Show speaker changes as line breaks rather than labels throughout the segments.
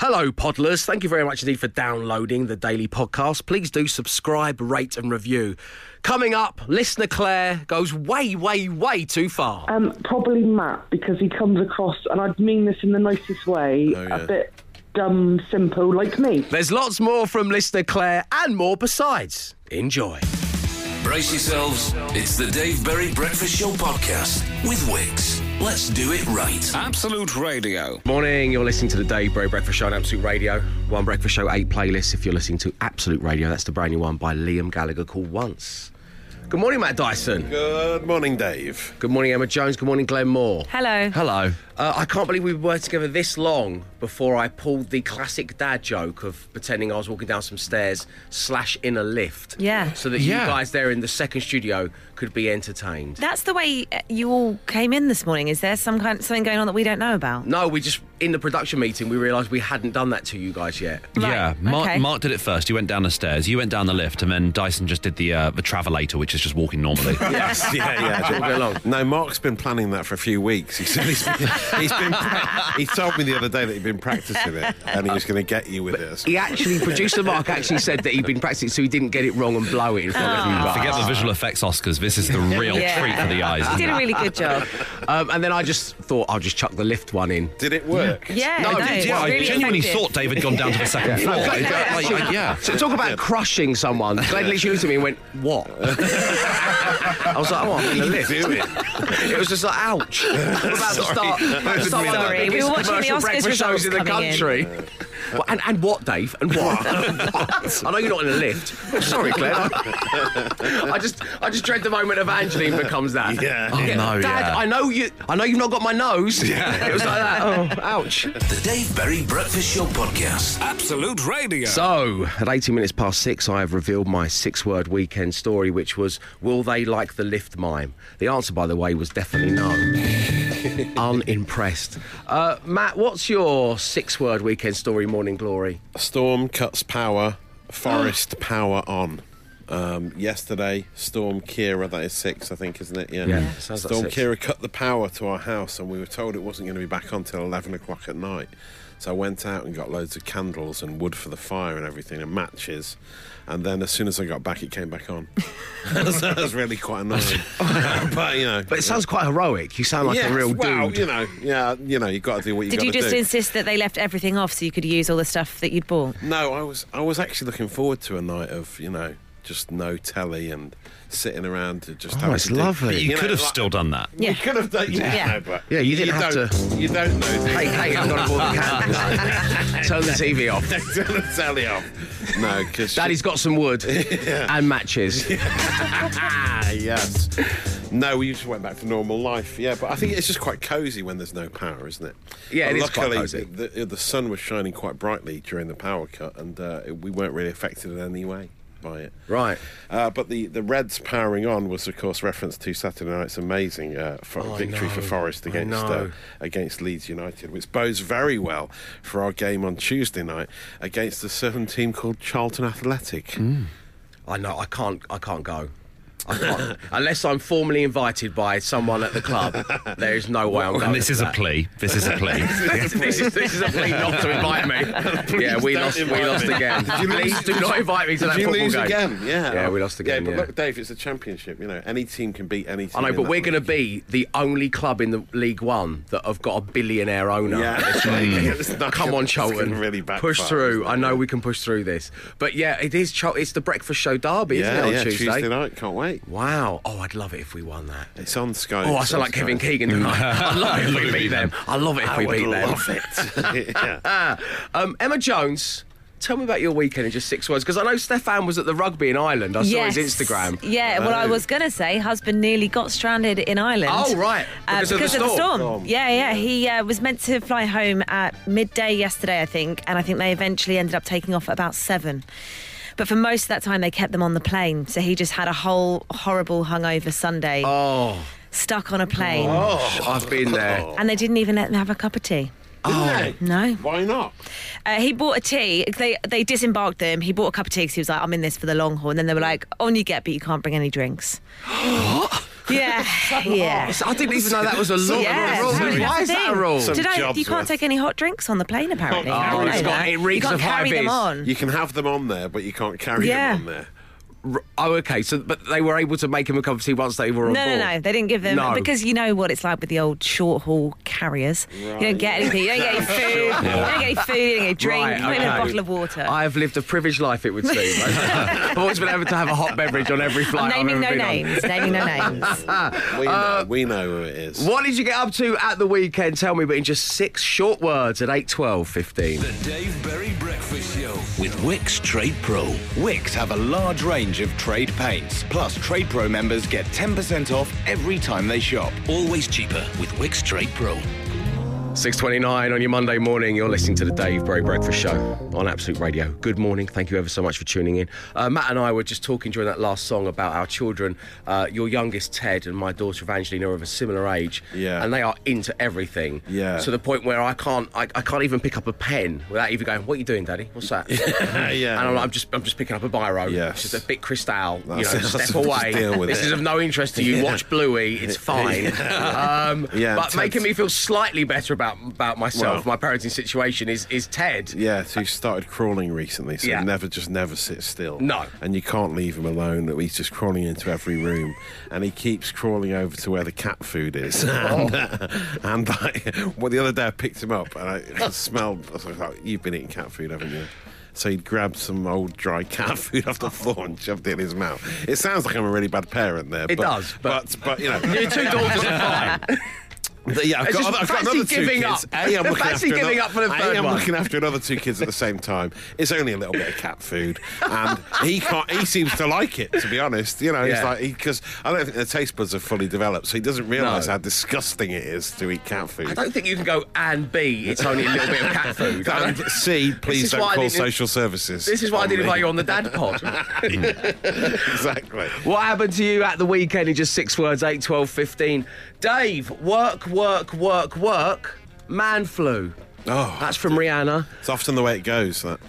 Hello, Podlers. Thank you very much indeed for downloading the daily podcast. Please do subscribe, rate, and review. Coming up, listener Claire goes way, way, way too far.
Um, probably Matt because he comes across, and I mean this in the nicest way,
Oh, yeah.
a bit dumb, simple, like me.
There's lots more from listener Claire and more besides. Enjoy.
Brace yourselves. It's the Dave Berry Breakfast Show podcast with Wix. Let's do it right.
Absolute Radio.
Morning, you're listening to the Dave Berry Breakfast Show on Absolute Radio. One Breakfast Show 8 playlist if you're listening to Absolute Radio. That's the brand new one by Liam Gallagher called Once. Good morning, Matt Dyson.
Good morning, Dave.
Good morning, Emma Jones. Good morning, Glenn Moore.
Hello.
Hello. Uh, I can't believe we were together this long before I pulled the classic dad joke of pretending I was walking down some stairs slash in a lift.
Yeah.
So that
Yeah.
you guys there in the second studio could be entertained.
That's the way uh, you all came in this morning. Is there some kind something going on that we don't know about?
no, we just in the production meeting we realised we hadn't done that to you guys yet.
Right,
Yeah, Mark,
okay.
Mark did it first. He went down the stairs. You went down the lift, and then Dyson just did the uh, the travelator, which is just walking normally.
Yes, yeah, yeah.
All day long.
No, Mark's been planning that for a few weeks. He said he's been, he's been pra- he told me the other day that he'd been practicing it and he was going to get you with this.
He actually, producer Mark actually said that he'd been practicing so he didn't get it wrong and blow it in front of you guys.
Forget the visual effects Oscars. This is the real
Yeah.
treat for the eyes.
You
isn't
did a
it?
really good job.
Um, and then I just thought I'll just chuck the lift one in.
Did it work?
Yeah,
No,
no,
it did,
it's
yeah,
I
really
genuinely
effective.
thought David gone down to the second floor.
No,
Like,
no,
like,
no.
yeah.
So talk about crushing someone. Glenn literally looked at me and went, "What?" I was like, "Oh, I'm in the lift."
Do it.
It was just like, "Ouch!" We're about to start. about to start one of the
Sorry, we
biggest
were watching the
commercial
Oscars
breakfast
results
shows in the
coming in.
country. Well, and, and what, Dave? And what? I know you're not in a lift. Sorry, Glenn. I, I just I just dread the moment Evangeline becomes that.
Yeah.
Oh, no,
Dad,
yeah.
I know you. I know you've not got my nose. It was like that. Oh, ouch.
The Dave Berry Breakfast Show podcast.
Absolute Radio.
So, at 18 minutes past six, I have revealed my six word weekend story, which was Will they like the lift mime? The answer, by the way, was definitely no. Unimpressed. Uh, Matt, what's your six word weekend story, Morning Glory?
Storm cuts power, forest power on. Um, yesterday, Storm Kira, that is six, I think, isn't it? Yeah.
Yeah, sounds like
Storm
six.
Kira cut the power to our house, and we were told it wasn't going to be back on till 11 o'clock at night. So I went out and got loads of candles and wood for the fire and everything, and matches. And then as soon as I got back, it came back on. so that was really quite annoying. but, you know.
But it sounds quite heroic. You sound like
Yes,
a real
well,
dude.
you know, yeah, you know, you've got to do what you've
Did
got
you
to
just
do.
insist that they left everything off so you could use all the stuff that you'd bought?
No, I was I was actually looking forward to a night of you know just no telly and sitting around to just. have
Oh, it's
to do-
lovely.
But you,
know,
could have
like-
still done that.
Yeah.
You could have done. Yeah,
Yeah.
but
Yeah, you didn't have
don't,
to-
You don't know. do you?
Hey, hey, I'm going to the candles. Turn the TV off.
Turn the telly off. No, because
Daddy's got some wood and matches.
yes. No, we just went back to normal life. Yeah, but I think it's just quite cosy when there's no power, isn't it?
Yeah,
But
it is quite
luckily,
cosy.
The, the sun was shining quite brightly during the power cut, and uh, we weren't really affected in any way by it.
Right.
Uh, but the, the Reds powering on was, of course, reference to Saturday night's amazing uh, for, victory for Forest against uh,
Oh, know.
against Leeds United, which bodes very well for our game on Tuesday night against a southern team called Charlton Athletic.
Mm. I know. I can't. I can't go. I can't. Unless I'm formally invited by someone at the club, there is no way I'm going.
And this
to
is a
that.
plea. This is a plea.
This is, this is a plea not to invite me. yeah, we
don't
lost. We
invite
lost
me.
again.
Did you lose-
Please do not invite me to that
Did you
football
lose
game.
again? Yeah.
Yeah, we lost again.
Yeah, but
yeah.
look, Dave, it's a championship. You know, any team can beat any team.
I know,
in
but
that
we're going to
league.
be the only club in the League One that have got a billionaire owner.
Yeah.
It's like,
Mm. It's not
Come
gonna-
on,
it's gonna
Cholton.
really
push
backfire,
through.
isn't it?
I know
Yeah.
we can push through this. But yeah, it is. Chol- it's the breakfast show derby,
Yeah,
isn't it? On
yeah, night. Can't wait.
Wow. Oh, I'd love it if we won that.
It's on Sky.
Oh, I
it's
sound
on
like Kevin
Sky.
Keegan. don't I? I love it if we beat them. I love it if
I
we
would
beat them.
love it. Yeah.
Ah, um, Emma Jones, tell me about your weekend in just six words, because I know Stefan was at the rugby in Ireland. I saw his Instagram.
Yeah, well, I was going to say, husband nearly got stranded in Ireland.
Oh, right,
Uh,
because of the storm.
Storm.
Yeah, yeah. He uh, was meant to fly home at midday yesterday, I think, and I think they eventually ended up taking off at about seven. But for most of that time, they kept them on the plane. So he just had a whole horrible hungover Sunday,
Oh,
stuck on a plane,
I've been there.
and they didn't even let them have a cup of tea.
Oh.
Didn't they?
No.
Why not?
Uh, he bought a tea. They they disembarked them. He bought a cup of tea because he was like, I'm in this for the long haul. And then they were like, on you get, but you can't bring any drinks. Yeah, yeah.
It's- I didn't even know that was a law.
Yeah,
a rule.
apparently
Why
that's
is
the
that a
thing.
rule?
Some
Did I-
jobs
you can't
worth.
take any hot drinks on the plane, apparently.
Oh,
I didn't
it's
know
got-
that.
it reeks
you can't
of high
carry them
vis.
on.
You can have them on there, but you can't carry
Yeah.
them on there.
R- Oh, okay. So, but they were able to make him a cup of tea once they were on
No, no,
board.
no. They didn't give them
No.
because you know what it's like with the old short haul carriers. You don't get anything. You don't get any food. You don't get any food. You don't get a drink.
Right,
not even a
okay.
bottle of water.
I've lived a privileged life, it would seem. I've always been able to have a hot beverage on every
I'm
flight
naming
have
no
ever been
names. Naming no names.
Ah,
We know,
uh,
we know who it is.
on. What did you get up to at the weekend? Tell me, but in just six short words at 8, 12, 15.
The Dave Berry Breakfast Show with Wix Trade Pro.
Wix have a large range of trade paints. Plus, Trade Pro members get 10% off every time they shop.
Always cheaper with Wix Trade Pro.
6.29 on your Monday morning. You're listening to the Dave Berry Breakfast Show on Absolute Radio. Good morning. Thank you ever so much for tuning in. Uh, Matt and I were just talking during that last song about our children. Uh, your youngest, Ted, and my daughter, Evangeline, are of a similar age.
Yeah.
And they are into everything.
Yeah.
To the point where I can't I, I can't even pick up a pen without even going, what are you doing, Daddy? What's that?
Yeah.
And I'm, like, I'm just I'm just picking up a biro.
Yes.
Just a bit cristal. You know,
That's- that's-
step
just
away.
deal with
This
it.
is of no interest to you.
Yeah.
Watch Bluey. It's fine. Um,
Yeah,
but
Ted's-
making me feel slightly better about about myself, my
Well-
parenting situation is is Ted.
Yeah, so he started crawling recently, so
Yeah.
he never just never sits still.
No.
And you can't leave him alone. that He's just crawling into every room. And he keeps crawling over to where the cat food
Oh.
is. And, uh, and I, well, the other day I picked him up and I, I smelled, I was like, you've been eating cat food, haven't you? So he'd grabbed some old dry cat food off the floor and shoved it in his mouth. It sounds like I'm a really bad parent there.
It does, but-
but, but you know,
Your two daughters are fine.
yeah, I've
It's
got,
just
other, I've got
fancy
another two
giving
kids.
up.
A, I'm looking
Fancy
after
giving
another,
up for the
A,
third
I'm
one.
looking after another two kids at the same time. It's only a little bit of cat food, and he can't. He seems to like it. To be honest, you know, he's
Yeah.
like because I don't think the taste buds are fully developed, so he doesn't realise
No.
how disgusting it is to eat cat
I
food.
don't think you can go and B. It's only a little bit of cat food. I
And
don't-
C,
is
please
why I
don't call
didn't-
social services.
This is why I
on
didn't
me.
invite you on the dad pod.
exactly.
what happened to you at the weekend in just six words, 8, 12, 15? Dave, work, work, work, work. Man flu.
Oh,
That's from Rihanna.
it's often the way it goes. That.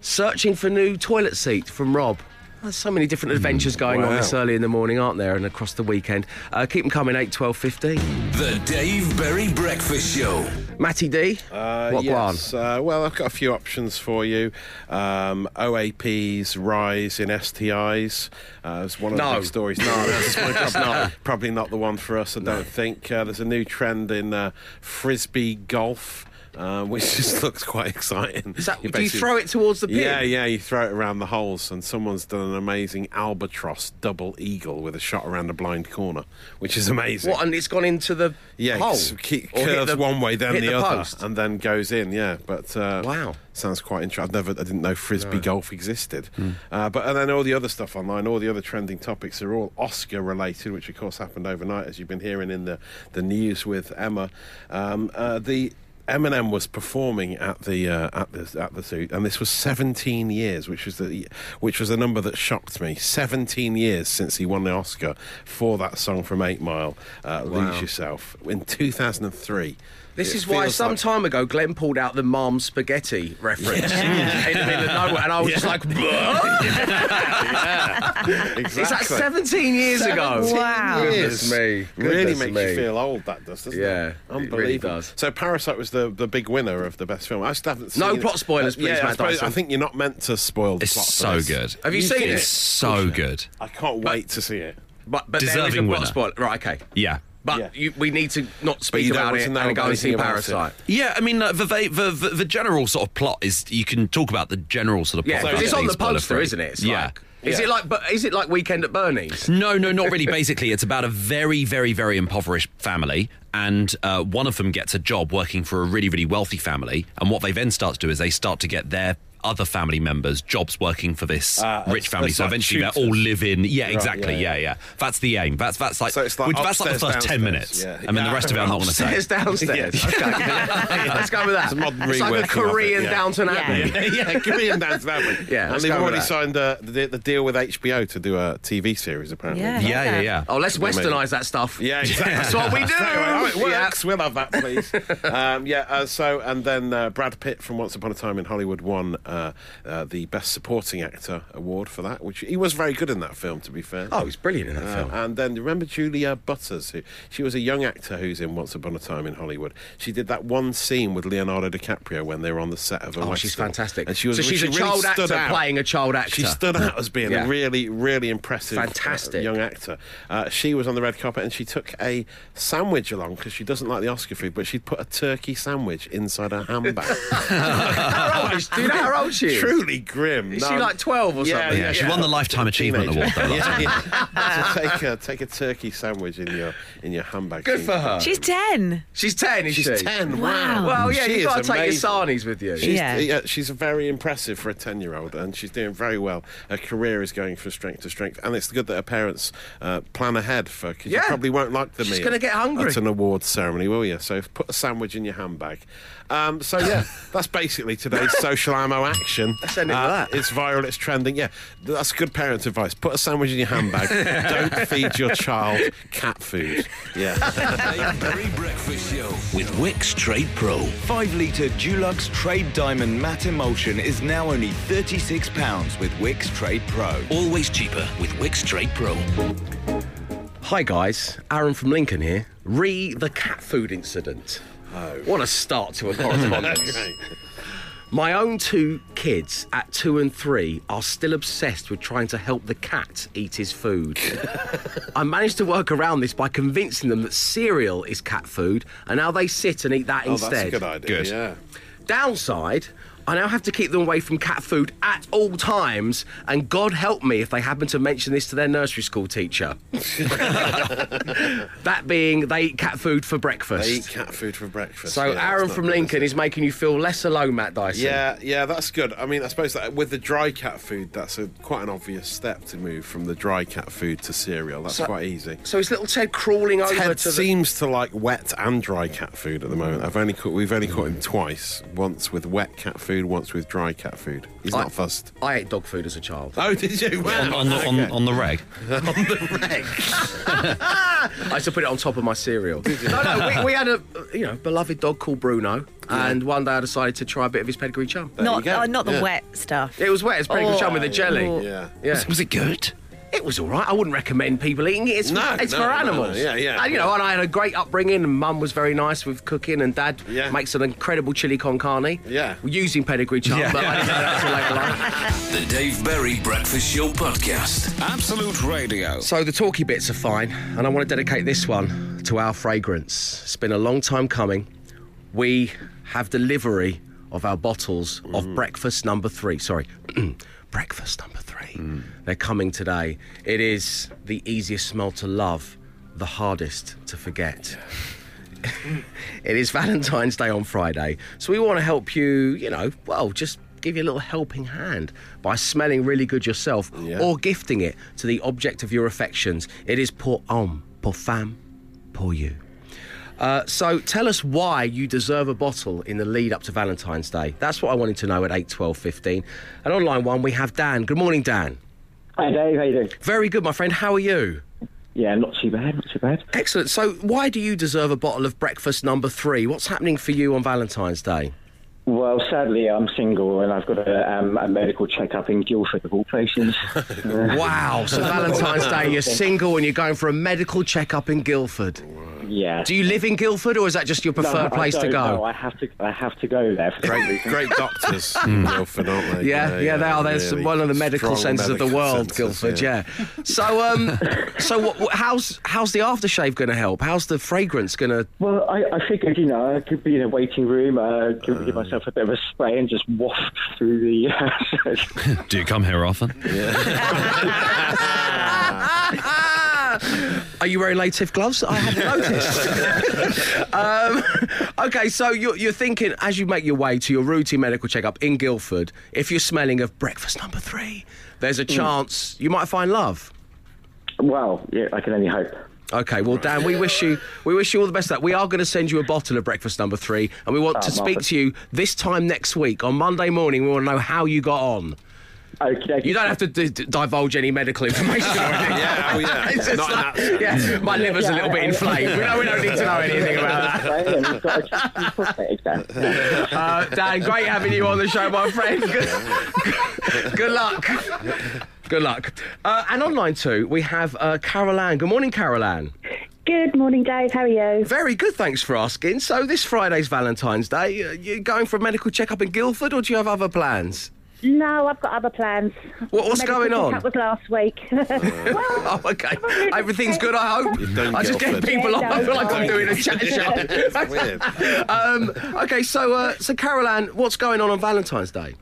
Searching for new toilet seat from Rob. There's so many different adventures going on
wow.
this early in the morning, aren't there? And across the weekend. Uh, keep them coming, 8, 12, 15.
The Dave Berry Breakfast Show.
Matty D,
Uh,
what
yes. Uh, well, I've got a few options for you. Um, OAPs rise in STIs. Uh, it's one of
No.
the big stories. No, that's probably, probably not the one for us. I don't think. Uh, there's a new trend in uh, frisbee golf. Uh, which just looks quite exciting.
Is that,
You
do you
basically-
throw it towards the pin?
yeah, yeah, you throw it around the holes, and someone's done an amazing albatross double eagle with a shot around a blind corner, which is amazing.
What, and it's gone into the
Yeah,
hole?
it's- ke-
Or hit
curves
the-
one way, then
hit
the, other,
post?
and then goes in. Yeah, but uh,
Wow.
sounds quite interesting. I've never, I didn't know frisbee golf existed.
Hmm.
Uh, but and then all the other stuff online, all the other trending topics are all Oscar related, which of course happened overnight, as you've been hearing in the the news with Emma. Um, uh, the Eminem was performing at the uh, at the at the zoo, and this was 17 years, which was the which was a number that shocked me. 17 years since he won the Oscar for that song from Eight Mile, uh, "Lose Yourself," in 2003.
This
It
is why
feels
some
like-
time ago Glenn pulled out the mom spaghetti reference in the middle of nowhere, and I was just like, "What?"
exactly.
Is that 17 years ago?
17
Wow.
Goodness me.
really
Goodness
makes
me.
you feel old. That does, doesn't
Yeah,
it?
it really
unbelievable.
does.
So Parasite was the, the big winner of the best film. I still haven't seen
No
it.
plot spoilers,
Uh,
please,
yeah, I,
Matt
suppose-
Dyson.
I think you're not meant to spoil the
It's
plot. for
so
this.
good.
Have you seen it?
It's so good.
I can't wait to see it.
But, but there is a
Deserving
plot
winner.
spoiler. Right, okay.
Yeah.
But
Yeah.
you, we need to not speak
you don't
about
want
it
to know
and go
about
and see
anything about it.
Parasite.
Yeah, I mean, uh, the, va- the, the the general sort of plot is you can talk about the general sort of
Yeah,
plot.
because
without
it's on
being
the poster,
spoiler-free.
isn't it? It's
yeah.
Like, is it like? But is it like Weekend at Bernie's?
No, no, not really. Basically, it's about a very, very, very impoverished family, and uh, one of them gets a job working for a really, really wealthy family. And what they then start to do is they start to get their other family members jobs working for this
Ah, it's-
rich family.
it's
So
like
eventually they
tutors.
all live in. Yeah,
Right,
exactly.
yeah,
Yeah, yeah. That's the aim. That's that's like,
So it's like
which- that's like the
upstairs,
first ten minutes,
downstairs, yeah.
and then the rest of it I'm not going to say.
Upstairs, downstairs. Okay. Let's go with that.
It's a modern
It's like a
reworking of it,
Korean
yeah.
Downton
Yeah.
Abbey.
yeah, Korean dance that one.
Yeah,
and
let's
they've
go with
already
that.
signed uh, the, the deal with HBO to do a TV series apparently.
Yeah.
yeah, yeah, yeah.
Oh, let's
Amazing.
westernise that stuff.
Yeah, exactly.
That's what we do.
Exactly how it
Yeah.
works. We'll have that, please. um, yeah. Uh, so, and then uh, Brad Pitt from Once Upon a Time in Hollywood won uh, uh, uh, the Best Supporting Actor award for that, which he was very good in that film, to be fair.
Oh, he's brilliant in that
Uh,
film.
And then remember Julia Butters, who she was a young actor who's in Once Upon a Time in Hollywood. She did that one scene with Leonardo DiCaprio when they were on the set of a
Oh,
western.
she's fantastic.
And she was
so she's
she
a
really
child
stood
actor
out.
playing a child actor.
She stood out as being
Yeah.
a really, really impressive, uh,
Fantastic.
young actor. Uh, she was on the red carpet and she took a sandwich along because she doesn't like the Oscar food, but she'd put a turkey sandwich inside her handbag.
How old is- Do you know how old she is?
Truly grim.
Is she like 12 or
Yeah,
something?
Yeah, she won the Lifetime Achievement
Teenager.
Award. Though,
yeah, yeah. So take a take a turkey sandwich in your in your handbag.
Good for her.
She's 10.
She's 10, is
She's
she?
ten.
Wow.
Wow.
Well, yeah,
She
you've
is
got to take your
amazing.
sarnies with you.
She's,
Yeah.
yeah. she's very impressive for a 10 year old, and she's doing very well. Her career is going from strength to strength, and it's good that her parents uh, plan ahead for because
Yeah.
you probably won't like the
She's
meal
gonna get hungry.
at an awards ceremony, will you? So put a sandwich in your handbag. Um, so, yeah, that's basically today's social ammo action. Uh,
Send it to that.
It's viral, it's trending. Yeah, that's good parents' advice. Put a sandwich in your handbag. Don't feed your child cat food. Yeah.
Dave Berry Breakfast Show with Wix Trade Pro.
5 litre Dulux Trade Diamond Matte Emulsion is now only £36 with Wix Trade Pro.
Always cheaper with Wix Trade Pro.
Hi, guys. Aaron from Lincoln here. Re the cat food incident. Oh. What a start to a correspondence.
Okay.
My own two kids at two and three are still obsessed with trying to help the cat eat his food. I managed to work around this by convincing them that cereal is cat food, and now they sit and eat that
Oh,
instead.
that's a good idea.
Good.
Yeah.
Downside, I now have to keep them away from cat food at all times, and God help me if they happen to mention this to their nursery school teacher. that being, they eat cat food for breakfast.
They eat cat food for breakfast.
so,
Yeah, that's
Aaron
not
from
good, is
Lincoln
it?
is making you feel less alone, Matt Dyson.
Yeah, yeah, that's good. I mean, I suppose that with the dry cat food, that's a, quite an obvious step to move from the dry cat food to cereal. That's
So-
quite easy.
So, is little Ted crawling over
Ted
to the.
seems to like wet and dry cat food at the moment. I've only caught, we've only caught him twice. Once with wet cat food, once with dry cat food. He's
I-
not fussed.
I ate dog food as a child.
Oh, did you?
on, on the, on, on the reg.
I used to put it on top of my cereal. No, no, we, we had a uh, you know beloved dog called Bruno, and one day I decided to try a bit of his pedigree chum.
Not,
you go.
uh, not the
Yeah.
wet stuff.
It was wet. It's pedigree
Oh.
chum with a jelly.
Oh.
Yeah.
Yeah.
Was it good?
It was all right. I wouldn't recommend people eating it. It's,
No,
for, it's
no,
for
no, no.
animals.
Yeah, yeah.
And you know, and I had a great upbringing. And Mum was very nice with cooking, and Dad
Yeah.
makes an incredible chili con carne.
Yeah.
using pedigree chum, but I didn't know that till later on.
The Dave Berry Breakfast Show podcast.
Absolute Radio.
So the talky bits are fine, and I want to dedicate this one to our fragrance. It's been a long time coming. We have delivery of our bottles of breakfast number three. Sorry, breakfast number three. They're coming today. It is the easiest smell to love, the hardest to forget. It is Valentine's Day on Friday, so we want to help you, you know, well, just give you a little helping hand by smelling really good yourself
Yeah.
or gifting it to the object of your affections. It is pour homme, pour femme, pour you. Uh, so tell us why you deserve a bottle in the lead up to Valentine's Day. That's what I wanted to know at 8, 12, 15. And online one, we have Dan. Good morning, Dan.
Hi Dave, how you doing?
Very good, my friend. How are you?
Yeah, not too bad, not too bad.
Excellent. So why do you deserve a bottle of breakfast number three? What's happening for you on Valentine's Day?
Well, sadly, I'm single and I've got a, um, a medical checkup in Guildford, of all places. Uh,
Wow. So Valentine's Day, you're single and you're going for a medical checkup in Guildford.
yeah.
Do you live in Guildford or is that just your
No,
preferred
I
place to
don't
go?
know. I have to. I have to go there. For some
Great,
reason.
great doctors in Guildford, aren't they?
Hmm. yeah, yeah, they are. They're
really
one of the medical
strong
centres of the
medical
world,
centres,
Guildford. Yeah. So, um, so what, what- how's how's the aftershave going to help? How's the fragrance going to?
Well, I, I figured, you know, I could be in a waiting room, uh, give, give myself a bit of a spray and just waft through the.
Do you come here often?
Ah! Are you wearing latex gloves? I haven't noticed. um, okay, so you're, you're thinking as you make your way to your routine medical checkup in Guildford, if you're smelling of breakfast number three, there's a chance you might find love.
well, yeah, I can only hope.
Okay, well, Dan, we wish you we wish you all the best. of That we are going to send you a bottle of breakfast number three, and we want
Oh,
to speak
marvellous.
to you this time next week on Monday morning. We want to know how you got on.
Okay.
You don't have to d- d- divulge any medical information. or anything.
Yeah, oh, yeah.
It's just
Not in
like-
that-
yeah, my liver's a little bit inflamed. We don't, we don't need to know anything about that.
We've got a cheeky prostate exam.
Uh, Dan, great having you on the show, my friend. Good, good luck. Good luck. Uh, and online too, we have uh, Carol Ann. Good morning, Carol Ann.
Good morning, Dave. How are you?
Very good, thanks for asking. So this Friday's Valentine's Day, uh, you going for a medical checkup in Guildford, or do you have other plans?
No, I've got other plans.
What- what's
Medical
going on?
checkup was last week. well,
Oh, okay.
Probably the
Everything's
same.
good, I hope.
Don't
I just get
Guildford.
people on. I feel like I'm
Don't
doing a chat show.
It's weird.
um, okay, so uh, so Carol Ann, what's going on on Valentine's Day?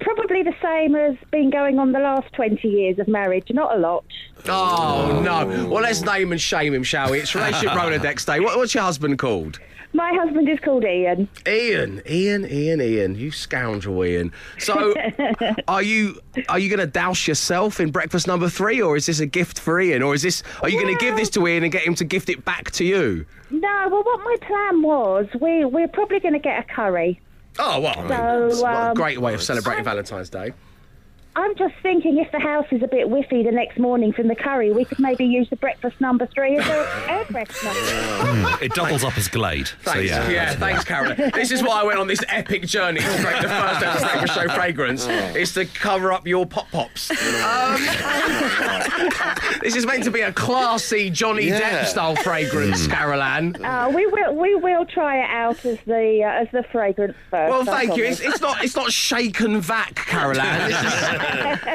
probably the same as been going on the last 20 years of marriage. Not a lot.
Oh, no. Well, let's name and shame him, shall we? It's Relationship Rolodex Day. What, what's your husband called?
My husband is called Ian.
Ian, Ian, Ian, Ian. You scoundrel, Ian. So, are you are you going to douse yourself in breakfast number three, or is this a gift for Ian, or is this are you going to give
Well-
this to Ian and get him to gift it back to you?
No, well, what my plan was, we, we're probably going to get a curry.
Oh well,
So,
what a
um,
great way of celebrating Valentine's Day.
I'm just thinking if the house is a bit whiffy the next morning from the curry, we could maybe use the breakfast number three as a air freshener.
It doubles up as Glade. So
Thanks.
yeah.
yeah, thanks, Carol. this is why I went on this epic journey to create the first ever Breakfast Show fragrance. It's to cover up your pop pops. Um, this is meant to be a classy Johnny
Yeah.
Depp style fragrance, Carol Ann.
Uh, we will we will try it out as the uh, as the fragrance first.
Well,
I
thank you.
promise.
It's, it's not. It's not shake and vac, Carol Ann.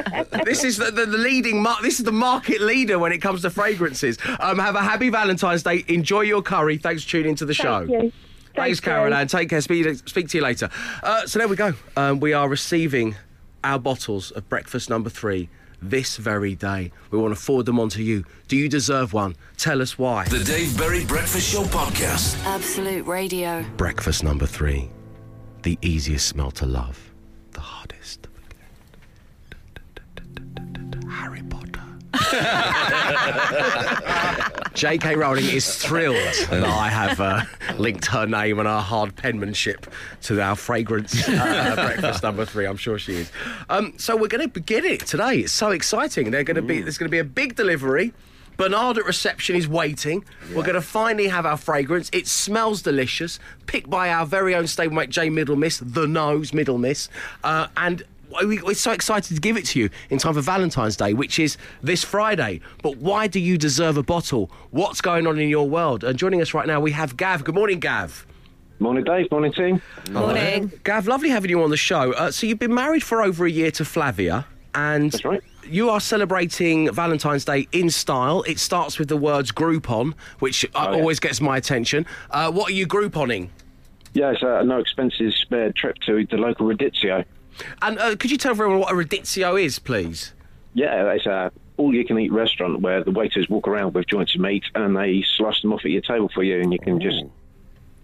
This is, this is the, the, the leading. Mar- this is the market leader when it comes to fragrances. Um, have a happy Valentine's Day. Enjoy your curry. Thanks for tuning into the show.
Thank you.
Thanks,
Thank you.
Carol Ann. Take care. Speak, speak to you later. Uh, so there we go. Um, we are receiving our bottles of breakfast number three this very day. We want to forward them on to you. Do you deserve one? Tell us why.
The Dave Berry Breakfast Show Podcast.
Absolute Radio.
Breakfast number three, the easiest smell to love, the hardest. Harry Potter. J.K. Rowling is thrilled that I have uh, linked her name and her hard penmanship to our fragrance uh, breakfast number three. I'm sure she is. Um, so we're going to begin it today. It's so exciting. They're going to be there's going to be a big delivery. Bernard at reception is waiting. We're going to finally have our fragrance. It smells delicious, picked by our very own stablemate Jay Middlemiss, the nose Middlemiss, uh, and we- We're so excited to give it to you in time for Valentine's Day, which is this Friday. But why do you deserve a bottle? What's going on in your world? And joining us right now, we have Gav. Good morning, Gav. Uh,
Morning, Dave. Morning, team.
Morning.
Gav, lovely having you on the show. Uh, so you've been married for over a year to Flavia, and
That's right.
you are celebrating Valentine's Day in style. It starts with the words Groupon, which uh,
Oh, yeah.
always gets my attention. Uh, what are you Grouponing?
Yeah, it's a no expenses spared trip to the local Radizio.
And uh, could you tell everyone what a radizio is, please?
Yeah, it's a all you can eat restaurant where the waiters walk around with joints of meat and they slice them off at your table for you and you can
Oh.
just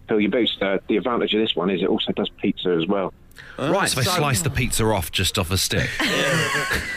fill your boots. Uh, the advantage of this one is it also does pizza as well.
right,
So they slice the pizza off just off a stick.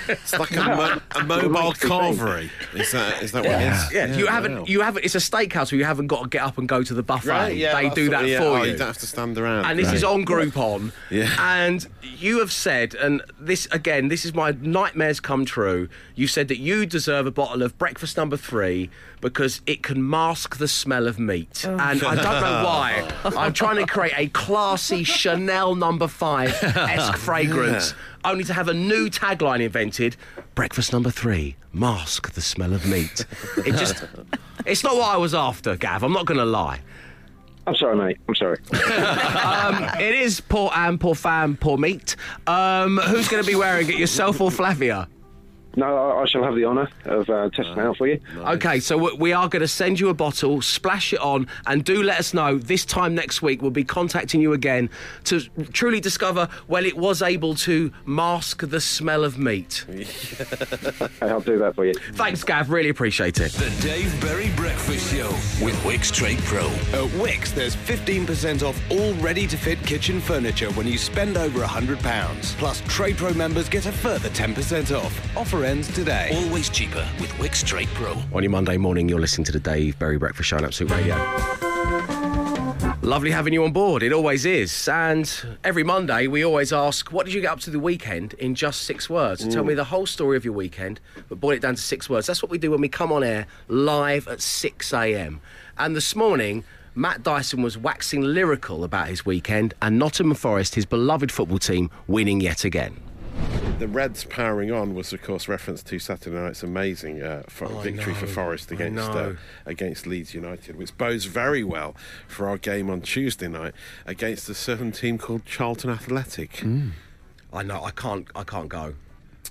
It's like a, mo- a mobile carvery. Is that, is that what it is?
Yeah, you haven't.
wow.
You haven't. It's a steakhouse where you haven't got to get up and go to the buffet.
Right, yeah,
they
that's
do
what-
that
yeah,
for
oh,
you.
You don't have to stand around.
and this is on Groupon.
Yeah.
And you have said, and this again, this is my nightmares come true. You said that you deserve a bottle of breakfast number three because it can mask the smell of meat. And I don't know why. I'm trying to create a classy Chanel number five esque fragrance, only to have a new tagline invented breakfast number three. Mask the smell of meat. It just. It's not what I was after, Gav. I'm not going to lie.
I'm sorry, mate. I'm sorry.
Um, it is poor Anne, poor fam, poor meat. Um, who's going to be wearing it, yourself or Flavia?
no, I, I shall have the honour of uh, testing out for you.
Okay, so we- we are going to send you a bottle, splash it on, and do let us know. This time next week, we'll be contacting you again to truly discover, well, it was able to mask the smell of meat.
Okay, I'll do that for you.
Thanks, Gav. Really appreciate it.
The Dave Berry Breakfast Show with Wix Trade Pro.
At Wix, there's 15% off all ready to fit kitchen furniture when you spend over £100. Plus, Trade Pro members get a further 10% off. Offer ends today.
Always cheaper with Wix Trade Pro.
On your Monday morning, you're listening to the Dave Berry Breakfast Show on Absolute Radio. Lovely having you on board. It always is. And every Monday, we always ask, what did you get up to the weekend in just six words? And tell me the whole story of your weekend, but boil it down to six words. That's what we do when we come on air live at 6 a.m. And this morning, Matt Dyson was waxing lyrical about his weekend and Nottingham Forest, his beloved football team, winning yet again.
The Reds powering on was, of course, reference to Saturday night's amazing uh, for-
Oh, I
victory for
know,
Forest
I
against
know.
uh, against Leeds United, which bodes very well for our game on Tuesday night against a certain team called Charlton Athletic.
Mm. I know, I can't, I can't go.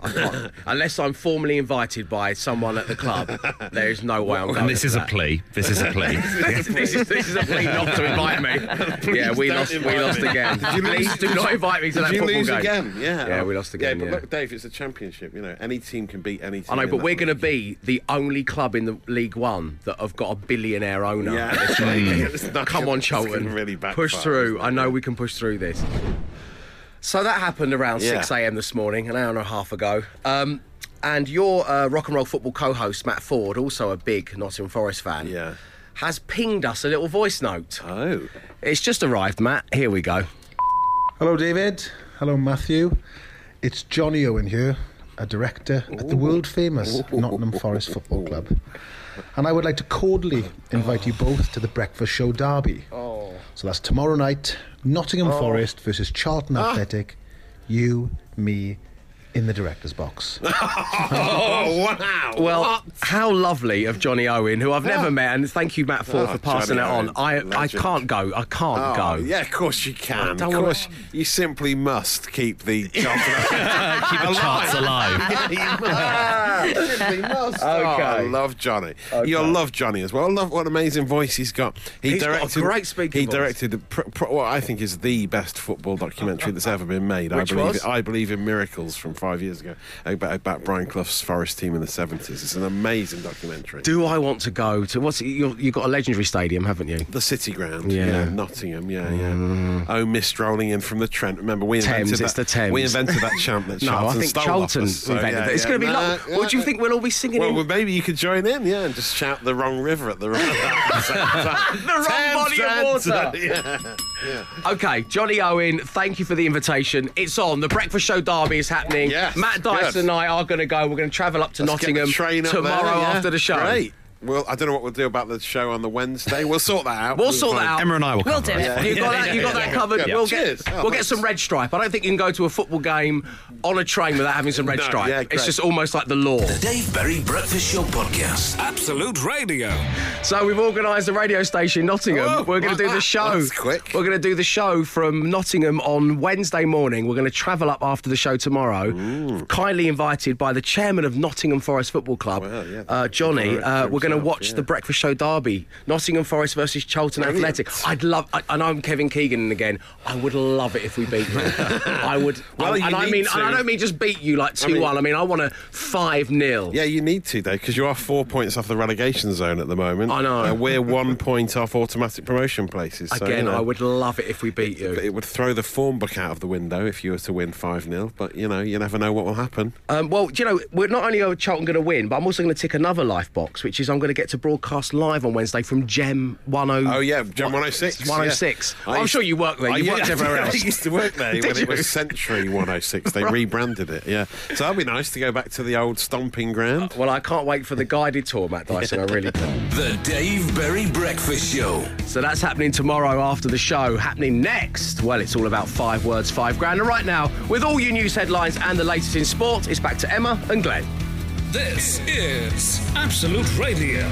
I can't. Unless I'm formally invited by someone at the club, there is no way I'm going.
And this
to
is a
that.
plea. This is a plea.
this, this is, this is a plea not to invite me. yeah, we
don't
lost. We
invite
lost
me.
again. Please do not invite me to
Did
that
you
football
lose
game.
again? Yeah.
yeah, we lost again.
Yeah,
Yeah,
but look, Dave, it's a championship. You know, any team can beat any team.
I know,
in
but
that
we're going to be
league.
the only club in the League One that have got a billionaire owner.
Yeah.
at this rate.
It's not
Come
gonna-
on,
it's gonna
Charlton.
really
push
backfire,
through.
isn't it?
I know we can push through this. So that happened around
Yeah.
6 a.m. this morning, an hour and a half ago. Um, and your uh, rock and roll football co-host Matt Ford, also a big Nottingham Forest fan,
Yeah.
has pinged us a little voice note.
Oh.
It's just arrived, Matt. Here we go.
Hello, David. Hello, Matthew. It's Johnny Owen here, a director at the world famous Nottingham Forest Football Club. And I would like to cordially invite you both to the Breakfast Show Derby. Oh. So that's tomorrow night Nottingham Forest versus Charlton Athletic. You, me, in the director's box.
Oh wow!
Well, how lovely of Johnny Owen, who I've never met, and thank you, Matt Ford,
Oh,
for passing
Johnny
it on. I,
Owen,
I
legend.
can't go. I can't
Oh,
go.
yeah, of course you can. Of
don't wanna-
course, you simply must keep the Charlton.
Keep the charts alive.
Ah, simply must. Oh, I
Okay.
love Johnny. You'll love Johnny as well. Love what an amazing voice he's got. He
He's got a great speaking
He
voice.
directed the pr- pr- what I think is the best football documentary that's ever been made.
Which
I believe
was?
It, I believe in miracles from five years ago about, about Brian Clough's Forest team in the seventies. It's an amazing documentary.
Do I want to go to what's you you've got a legendary stadium, haven't you?
The City Ground,
Yeah. Mm.
yeah, Nottingham, yeah, yeah. Oh, mist rolling in from the Trent. Remember, we invented
Thames,
that.
it's the Thames.
We invented that chant that
No,
Charlton
I think
stole
Charlton
off us, so,
invented
yeah,
it. It's
yeah.
going to be
No,
lovely.
yeah,
what do you
no.
think we'll all be singing?
Well,
in?
well, maybe you could join in, yeah, and just shout the wrong river at the wrong the
wrong body of water.
yeah.
Okay, Johnny Owen, thank you for the invitation. It's on. The Breakfast Show Derby is happening.
Yes,
Matt Dyson
good.
and I are going to go. We're going to travel up to
Let's get the
Nottingham
train up there,
tomorrow
yeah.
after the show.
Great. Well, I don't know what we'll do about the show on the Wednesday. We'll sort that out.
We'll sort that out.
Emma and I will
We'll
cover
do
it.
it.
You got that, you got that covered.
Yeah.
We'll
Cheers.
get
Oh,
we'll get
thanks.
some red stripe. I don't think you can go to a football game on a train without having some red
No,
stripe.
yeah,
it's
great.
just almost like the law.
The Dave Berry Breakfast Show Podcast. Absolute Radio.
So we've organised a radio station in Nottingham.
Oh,
we're going
like
to do the
that.
show.
That's quick.
We're going to do the show from Nottingham on Wednesday morning. We're going to travel up after the show tomorrow. Kindly invited by the chairman of Nottingham Forest Football Club,
Well, yeah,
uh, Johnny.
director
Uh, we're going to
himself,
watch
yeah.
the Breakfast Show derby, Nottingham Forest versus Charlton
Brilliant.
Athletic. I'd love. I, I know I'm Kevin Keegan again. I would love it if we beat them. I would.
Well,
I,
you
and I
need
mean, and I
to.
don't mean just beat you like two one. I mean, I want a five 0
Yeah, you need to though, because you are four points off the relegation zone at the moment.
I know.
and we're one point off automatic promotion places. so,
Again,
you know.
I would love it if we beat you.
But it would throw the form book out of the window if you were to win 5 0. But, you know, you never know what will happen.
Um, well, do you know, we're not only are Charlton going to win, but I'm also going to tick another life box, which is I'm going to get to broadcast live on Wednesday from Gem 10.
Oh, yeah, Gem 106.
106.
yeah. I
I'm
used-
sure you work there.
I
You worked
used-
everywhere
I
else.
used to work there
Did
when
you?
it was Century 106. They rebranded it, yeah. So that'd be nice to go back to the old stomping ground.
Well, I can't wait for the guided tour, Matt Dyson. I really can.
The Dave Berry Breakfast Show.
So that's happening tomorrow after the show. Happening next, well, it's all about five words, five grand. And right now, with all your news headlines and the latest in sport, it's back to Emma and Glenn.
This is Absolute Radio.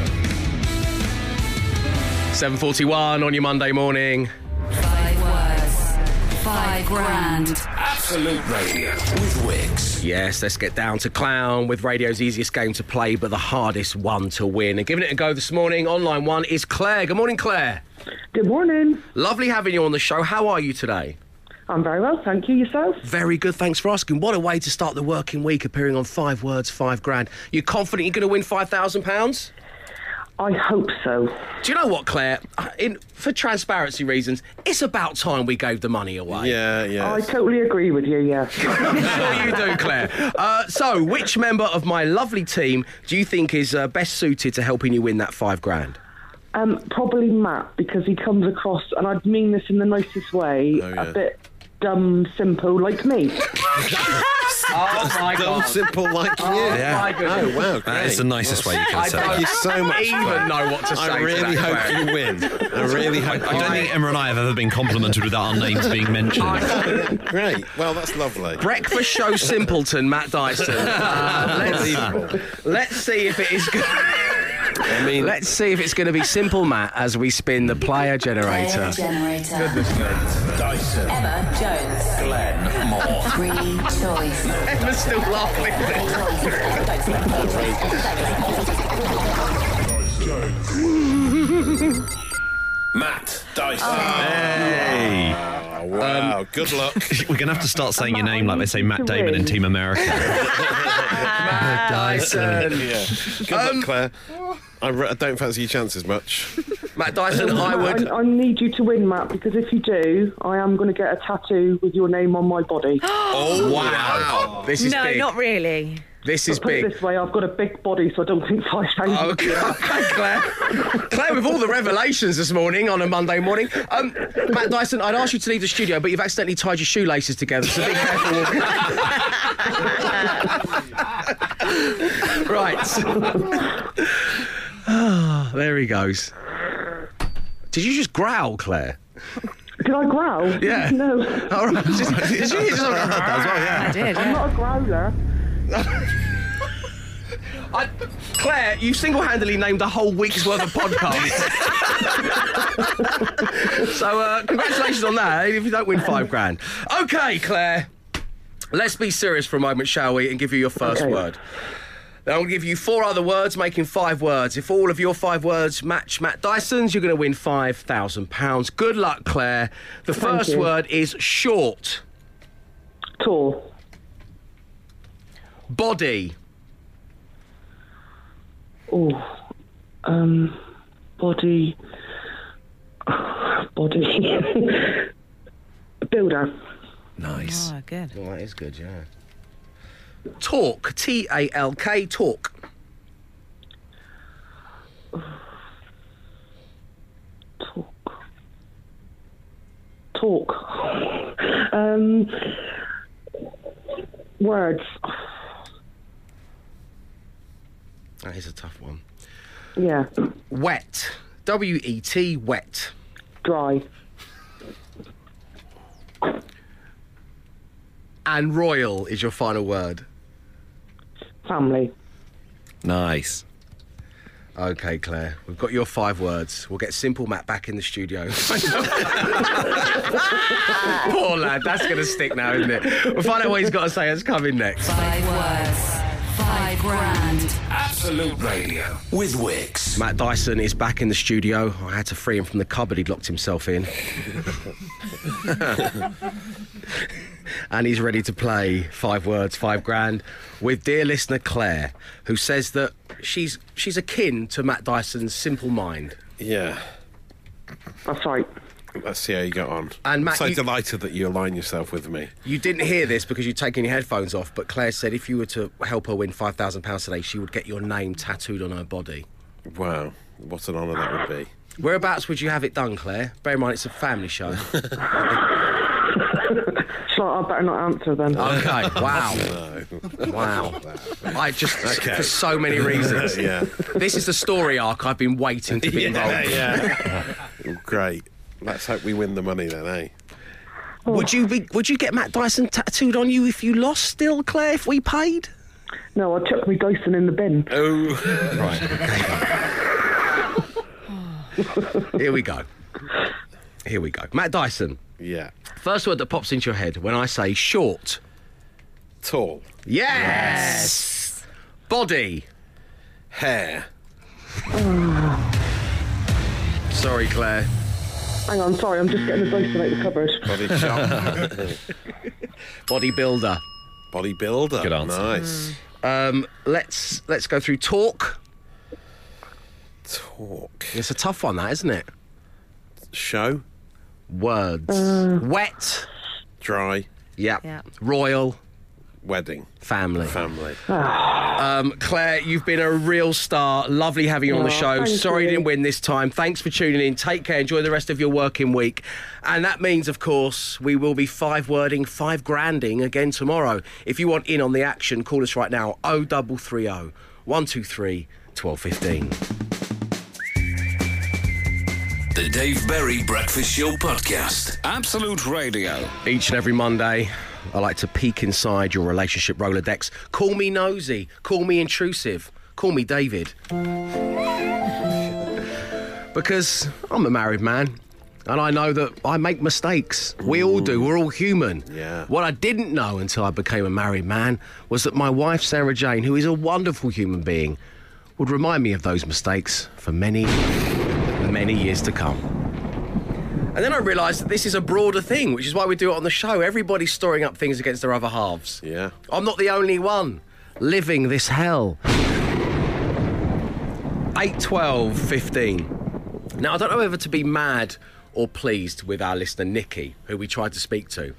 7:41 on your Monday morning.
Five words. Five grand.
Absolute Radio with Wix.
Yes, let's get down to clown with radio's easiest game to play, but the hardest one to win. And giving it a go this morning, online one is Claire. Good morning, Claire.
Good morning.
Lovely having you on the show. How are you today?
I'm very well, thank you. Yourself?
Very good, thanks for asking. What a way to start the working week, appearing on Five Words, Five Grand. You're confident you're going to win five thousand pounds?
I hope so.
Do you know what, Claire? Uh, In, for transparency reasons, it's about time we gave the money away.
Yeah,
Oh,
yeah.
I totally agree with you, yeah.
sure you do, Claire. Uh, so, which member of my lovely team do you think is uh, best suited to helping you win that five grand?
Um, probably Matt because he comes across, and I mean this in the nicest way,
Oh, yeah.
a bit dumb, simple, like me.
oh
my God.
simple like you.
Oh, my goodness.
Oh, wow.
That is the nicest way you can say
Thank
it.
you so much.
Even
Claire.
know what to say
I
to
really
that,
hope
Claire.
you win. I really hope
I don't think Emma and I have ever been complimented without our names being mentioned.
Great. Well, that's lovely.
Breakfast show simpleton Matt Dyson. Uh, let's, let's see if it is good. I mean, let's see if it's going to be simple Matt as we spin the player generator.
Player generator.
Dyson.
Emma Jones.
Glenn Moore.
Free choice.
Emma's still
laughing.
Matt Dyson.
Oh.
Hey.
Ah, wow, Um, good luck.
We're going to have to start saying your name like they say Matt
to
Damon in
win.
Team America. Matt
yeah. Good
Um,
luck, Claire. I, re- I don't fancy your chances much.
Matt
I, I need you to win, Matt, because if you do, I am going to get a tattoo with your name on my body.
Oh, wow. This is
no,
big.
not really.
This is
But put
big.
It this way, I've got a big body, so I don't think five pounds.
Okay, okay, Claire. Claire, with all the revelations this morning on a Monday morning, um, Matt Dyson, I'd ask you to leave the studio, but you've accidentally tied your shoelaces together, so be careful. walking. right. Ah, there he goes. Did you just growl, Claire?
Did I growl?
Yeah.
No.
All right. Just, did you just?
I did, I'm yeah. not a growler.
I, Claire, you single-handedly named a whole week's worth of podcasts. so uh, congratulations on that. eh, If you don't win five grand, okay, Claire. Let's be serious for a moment, shall we? And give you your first
Okay.
word. Then I'll give you four other words, making five words. If all of your five words match Matt Dyson's, you're going to win five thousand pounds. Good luck, Claire. The
Thank
first
you.
word is short.
Tall.
Body.
Oh. Um. Body. Body. Builder.
Nice.
Oh, good.
Well, that is good, yeah. Talk. T A L K. Talk.
Talk. Um. Words.
That is a tough one.
Yeah.
Wet. W E T. Wet.
Dry.
And royal is your final word.
Family.
Nice. Okay, Claire. We've got your five words. We'll get Simple Matt back in the studio. Poor lad. That's going to stick now, isn't it? We'll find out what he's got to say. That's coming next.
Five words. Five grand.
Absolute Radio with Wix.
Matt Dyson is back in the studio. I had to free him from the cupboard he'd locked himself in. and he's ready to play five words, five grand, with dear listener Claire, who says that she's she's akin to Matt Dyson's simple mind.
Yeah.
That's right.
Let's see how you got on.
And Matt,
so
you-
delighted that you align yourself with me.
You didn't hear this because you'd taken your headphones off, but Claire said if you were to help her win five thousand pounds today, she would get your name tattooed on her body.
Wow, what an honour that would be.
Whereabouts would you have it done, Claire? Bear in mind it's a family show.
So I better not answer then.
Okay. Wow.
No.
Wow. I just
Okay.
for so many reasons.
Yeah.
This is the story arc I've been waiting to be
yeah,
involved.
yeah. Great. Let's hope we win the money then, eh?
Would you be? Would you get Matt Dyson tattooed on you if you lost? Still, Claire, if we paid.
No, I took me Dyson in the bin.
Oh,
Here we go. Here we go. Matt Dyson.
Yeah.
First word that pops into your head when I say short.
Tall.
Yes. Body.
Hair.
Sorry, Claire.
Hang on, sorry, I'm just getting the Dyson out the cupboard.
Body shop.
Bodybuilder.
Bodybuilder.
Good answer.
Nice.
Um, let's let's go through talk.
Talk.
It's a tough one, that isn't it?
Show.
Words. Wet.
Dry.
Mm. Yep.
Yeah.
Royal.
Wedding.
Family.
Family.
Um, Claire, you've been a real star. Lovely having you on the
Aw,
show.
Oh, thank
Sorry you
you.
didn't win this time. Thanks for tuning in. Take care. Enjoy the rest of your working week. And that means, of course, we will be five wording, five granding again tomorrow. If you want in on the action, call us right now 0330 123 1215.
The Dave Berry Breakfast Show Podcast. Absolute Radio.
Each and every Monday, I like to peek inside your relationship Rolodex. Call me nosy, call me intrusive, call me David. because I'm a married man and I know that I make mistakes. We all do, we're all human.
Yeah.
What I didn't know until I became a married man was that my wife, Sarah Jane, who is a wonderful human being, would remind me of those mistakes for many, many years to come. And then I realised that this is a broader thing, which is why we do it on the show. Everybody's storing up things against their other halves.
Yeah.
I'm not the only one living this hell. 8, 12, 15. Now, I don't know whether to be mad or pleased with our listener, Nikki, who we tried to speak to.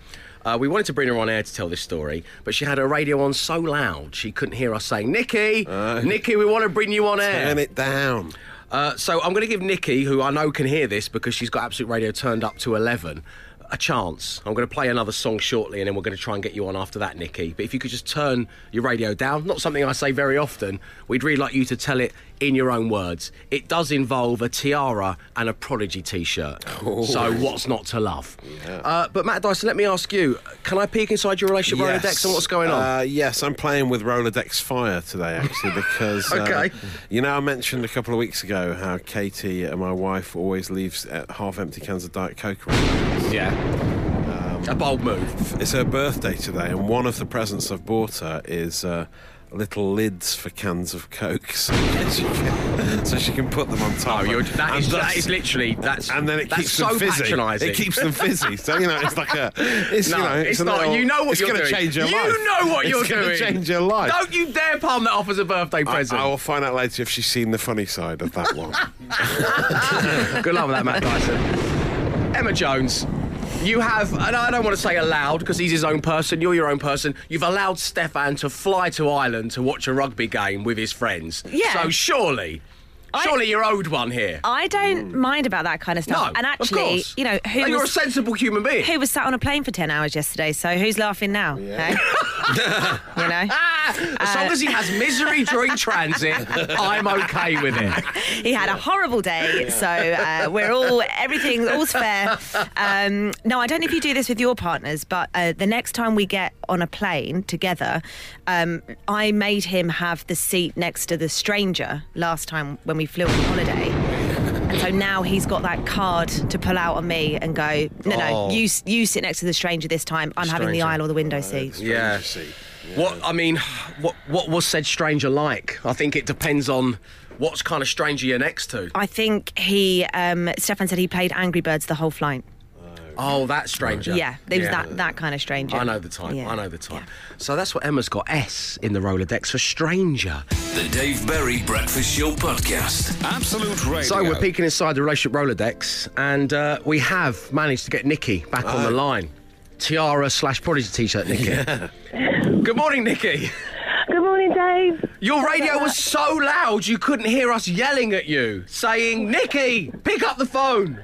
Uh, we wanted to bring her on air to tell this story, but she had her radio on so loud she couldn't hear us saying, Nikki, Nikki, we want to bring you on air.
Uh, Turn it down.
Uh, so I'm going to give Nikki, who I know can hear this because she's got Absolute Radio turned up to 11, a chance. I'm going to play another song shortly and then we're going to try and get you on after that, Nikki. But if you could just turn your radio down, not something I say very often, we'd really like you to tell it in your own words. It does involve a tiara and a Prodigy t shirt. So what's not to love? Uh, but Matt Dyson, let me ask you can I peek inside your relationship yes. Rolodex and what's going on?
Uh, yes, I'm playing with Rolodex Fire today, actually, because. uh,
Okay.
you know, I mentioned a couple of weeks ago how Katie, uh, my wife, always leaves uh, half empty cans of Diet Coke around.
Yeah. a bold move.
It's her birthday today, and one of the presents I've bought her is. Uh, Little lids for cans of Coke, so she can, so she can put them on top. Oh,
you're- that is- that is literally that's
and then it
that's
keeps
so
them fizzy.
patronising.
It keeps them fizzy. So you know, it's like a, it's
no,
you know,
it's,
a
not.
little-
you know what
it's
you're
gonna
doing.
change your
you
life.
know what
It's
you're
gonna
doing.
change your life.
Don't you dare palm that off as a birthday
I-
present.
I, will find out later if she's seen the funny side of that one.
Good luck with that, Matt Dyson. Emma Jones, you have, and I don't want to say allowed because he's his own person, you're your own person, you've allowed Stefan to fly to Ireland to watch a rugby game with his friends.
Yeah.
So surely, surely you're owed one here.
I don't mind about that kind of stuff.
Mm. No,
and
of
actually,
course.
you know, who
And you're
was,
a sensible human being.
Who was sat on a plane for ten hours yesterday? So who's laughing now? eh? you know,
As long
Uh,
as he has misery during transit, I'm okay with it.
he had a horrible day. So uh, we're all everything all's fair. Um, no, I don't know if you do this with your partners, but uh, the next time we get on a plane together, um, I made him have the seat next to the stranger last time when we flew on holiday. And so now he's got that card to pull out on me and go, no, no,
Oh.
you s- you sit next to the stranger this time. I'm having the
Stranger.
aisle or the window seat.
Yeah. What I mean, what what was said stranger like? I think it depends on what kind of stranger you're next to.
I think he, um, Stefan said he played Angry Birds the whole flight.
Oh, that stranger.
Yeah, there was
Yeah.
that, that kind of stranger.
I know the time.
Yeah.
I know the time. So that's what Emma's got S in the Rolodex for stranger.
The Dave Berry Breakfast Show Podcast. Absolute Radio.
So we're peeking inside the relationship Rolodex, and uh, we have managed to get Nikki back on the line. Tiara slash prodigy t-shirt, Nikki. Good morning, Nikki.
Good morning, Dave.
Your radio was so loud you couldn't hear us yelling at you, saying, "Nikki, pick up the phone."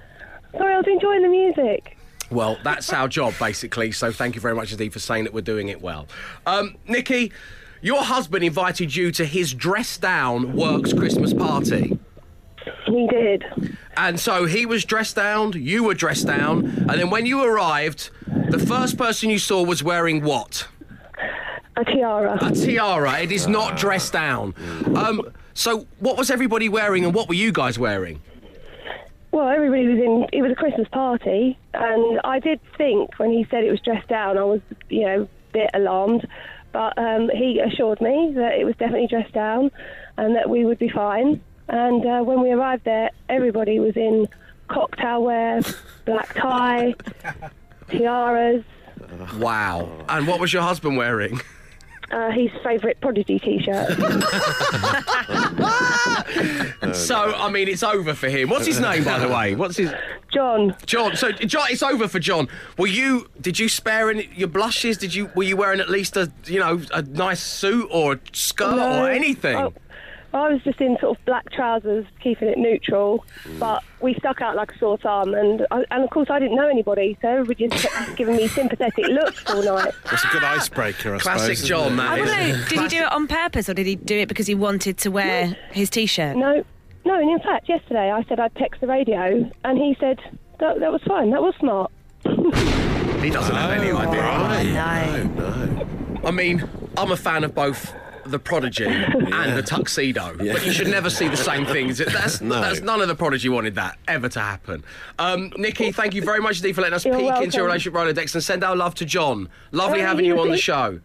Sorry, I was enjoying the music.
Well, that's our job, basically. So thank you very much indeed for saying that we're doing it well. Um, Nikki, your husband invited you to his dress down works Christmas party.
He did.
And so he was dressed down, you were dressed down, and then when you arrived, the first person you saw was wearing what?
A tiara.
A tiara. It is not dressed down. Um, so what was everybody wearing and what were you guys wearing?
Well, everybody was in. It was a Christmas party, and I did think when he said it was dressed down, I was, you know, a bit alarmed. But um, he assured me that it was definitely dressed down, and that we would be fine. And uh, when we arrived there, everybody was in cocktail wear, black tie, tiaras.
Wow. And what was your husband wearing?
Uh, his favourite Prodigy t-shirt.
so, I mean, it's over for him. What's his name, by the way? What's his?
John.
John. So, John, it's over for John. Were you? Did you spare any, your blushes? Did you? Were you wearing at least a, you know, a nice suit or a skirt
No.
or anything?
Oh, I was just in sort of black trousers, keeping it neutral,
Mm.
but we stuck out like a sore thumb, and I, and of course I didn't know anybody, so everybody just kept giving me sympathetic looks all night.
It's a good icebreaker, I
Classic
suppose. isn't
John,
it?
that
I don't know. Did he do it on purpose or did he do it because he wanted to wear his t-shirt?
No, no, and in fact yesterday I said I'd text the radio, and he said that that was fine, that was smart.
He doesn't have any idea. I mean, I'm a fan of both the Prodigy and the Tuxedo, but you should never see the same things. That's,
No.
that's none of the Prodigy wanted that ever to happen. Um, Nikki, thank you very much indeed for letting us peek into your
welcome.
relationship Rolodex and send our love to John. Lovely
Oh,
having you
you
on the
think-
show.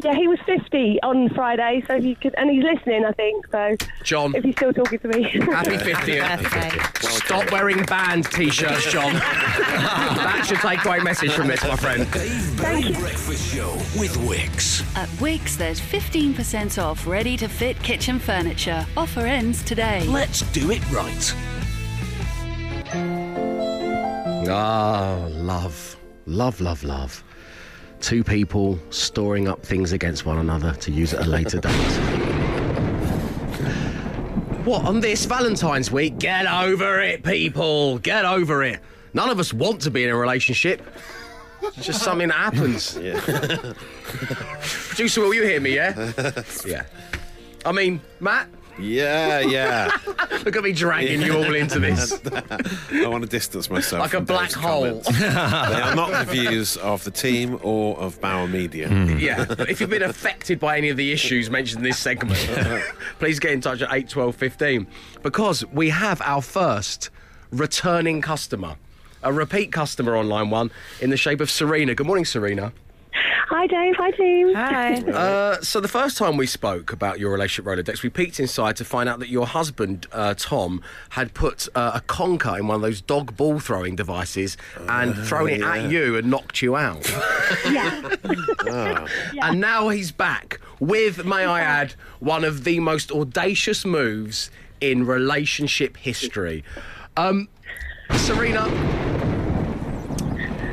Yeah, he was 50 on Friday, so he could, and he's listening, I think. So
John.
if he's still talking to me,
Happy 50th. Stop wearing band t shirts, John. that should take away a message from this, my friend.
Thank you.
Breakfast Show with Wix.
At Wix, there's 15% off ready to fit kitchen furniture. Offer ends today.
Let's do it right.
Ah, love. Love, love, love. Two people storing up things against one another to use at a later date. What, on this Valentine's week? Get over it, people. Get over it. None of us want to be in a relationship. It's just something that happens. Producer, will you hear me, yeah? yeah. I mean, Matt?
Yeah, yeah.
Look at me dragging you all into this.
I want to distance myself.
Like a
from
black
those
hole.
comments. they are not the views of the team or of Bauer Media.
yeah. If you've been affected by any of the issues mentioned in this segment, please get in touch at 8 12 15 because we have our first returning customer, a repeat customer on line one in the shape of Serena. Good morning, Serena.
Hi, Dave. Hi, team.
Uh, so the first time we spoke about your relationship Rolodex, we peeked inside to find out that your husband uh, Tom had put uh, a conker in one of those dog ball throwing devices and thrown it
yeah.
at you and knocked you out.
yeah.
And now he's back with, may I add, one of the most audacious moves in relationship history. Um, Serena,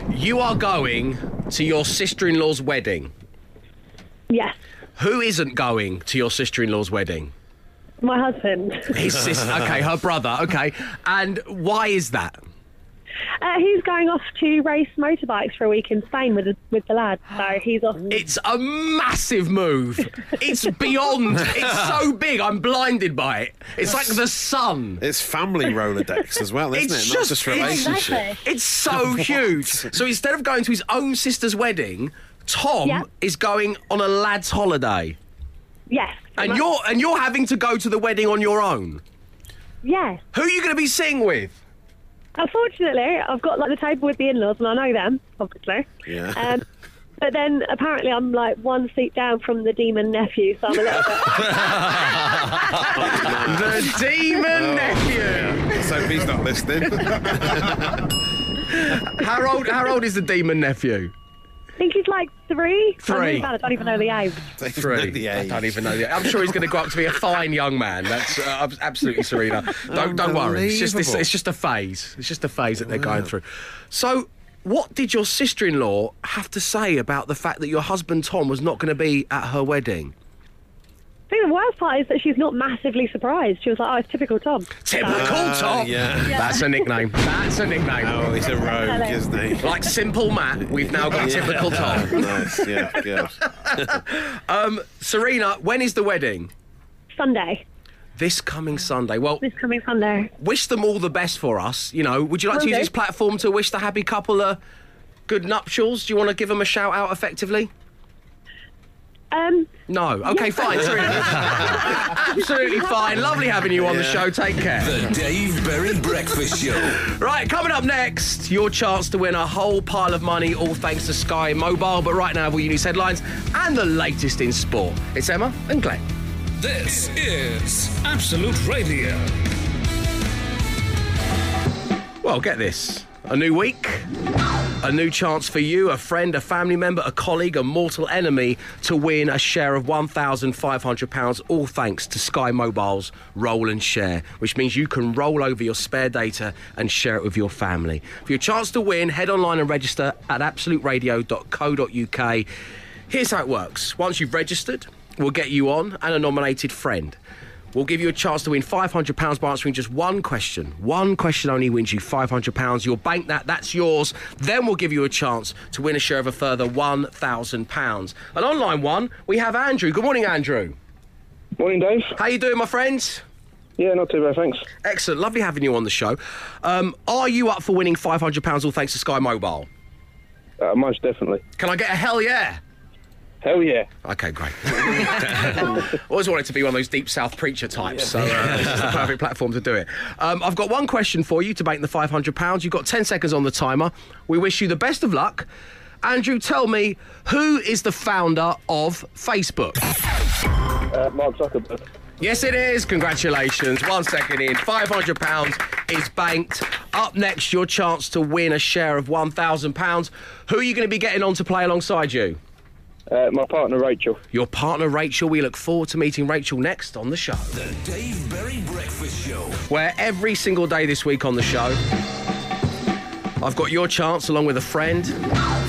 you are going to your sister in law's wedding.
Yes.
Who isn't going to your sister in law's wedding?
My husband.
His sister. Okay, her brother. Okay. And why is that?
Uh, he's going off to race motorbikes for a week in Spain with the, with the lads. So he's off.
It's a massive move. It's beyond. it's so big. I'm blinded by it. It's like the sun.
It's family Rolodex as well, isn't
it's
it?
Just,
Not just
it's-
relationship.
It's, so
What?
huge. So instead of going to his own sister's wedding, Tom
Yeah.
is going on a lad's holiday,
Yes.
and you're and you're having to go to the wedding on your own.
Yes.
Who are you going to be seeing with?
Unfortunately, I've got like the table with the in-laws, and I know them obviously.
Yeah.
Um, but then apparently I'm like one seat down from the demon nephew, so I'm a little bit.
the demon nephew.
So if he's not listening.
How old? How old is the demon nephew?
I think he's like three.
Three.
I'm really bad, I don't even know the age.
Three. I don't even know. The, I'm sure he's going to grow up to be a fine young man. That's uh, ab- absolutely Serena. Don't don't worry. It's just this,
Unbelievable.
it's just a phase. It's just a phase that they're going through. So, what did your sister-in-law have to say about the fact that your husband Tom was not going to be at her wedding?
I think the worst part is that she's not massively surprised. She was like, "Oh, it's typical Tom."
Typical
Ah,
Tom.
yeah.
That's a nickname. That's a nickname.
Oh, he's a rogue, isn't he?
Like simple Matt, we've now got typical Tom.
nice, yeah, good.
Um, Serena, when is the wedding?
Sunday,
This coming Sunday. Well,
this coming Sunday.
wish them all the best for us. You know, would you like to use
Okay.
this platform to wish the happy couple a good nuptials? Do you want to give them a shout out effectively?
Um,
No. Okay, fine. Serena. Absolutely fine. Lovely having you on the
Yeah.
show. Take care.
The Dave Berry Breakfast Show.
Right, coming up next, your chance to win a whole pile of money, all thanks to Sky Mobile. But right now, all your news headlines and the latest in sport. It's Emma and Glenn.
This is Absolute Radio.
Well, get this. A new week, A new chance for you, a friend, a family member, a colleague, a mortal enemy to win a share of £1,500, all thanks to Sky Mobile's Roll and Share, which means you can roll over your spare data and share it with your family. For your chance to win, head online and register at absoluteradio.co.uk. Here's how it works once you've registered, we'll get you on and a nominated friend. We'll give you a chance to win £500 by answering just one question. One question only wins you £500. You'll bank that, that's yours. Then we'll give you a chance to win a share of a further £1,000. An online one, we have Andrew. Good morning, Andrew.
Morning, Dave.
How you doing, my friends?
Yeah, not too bad, thanks.
Excellent. Lovely having you on the show. Um, are you up for winning £500 all thanks to Sky Mobile?
Uh, most definitely.
Can I get a hell yeah?
Hell yeah.
Okay, great. Always wanted to be one of those deep south preacher types, so uh, this is the perfect platform to do it. Um, I've got one question for you to bank the £500. You've got 10 seconds on the timer. We wish you the best of luck. Andrew, tell me, who is the founder of Facebook?
Uh, Mark Zuckerberg.
Yes, it is. Congratulations. One second in. £500 is banked. Up next, your chance to win a share of £1,000. Who are you going to be getting on to play alongside you?
Uh, my partner, Rachel.
Your partner, Rachel. We look forward to meeting Rachel next on the show.
The Dave Berry Breakfast Show.
where every single day this week on the show, I've got your chance, along with a friend,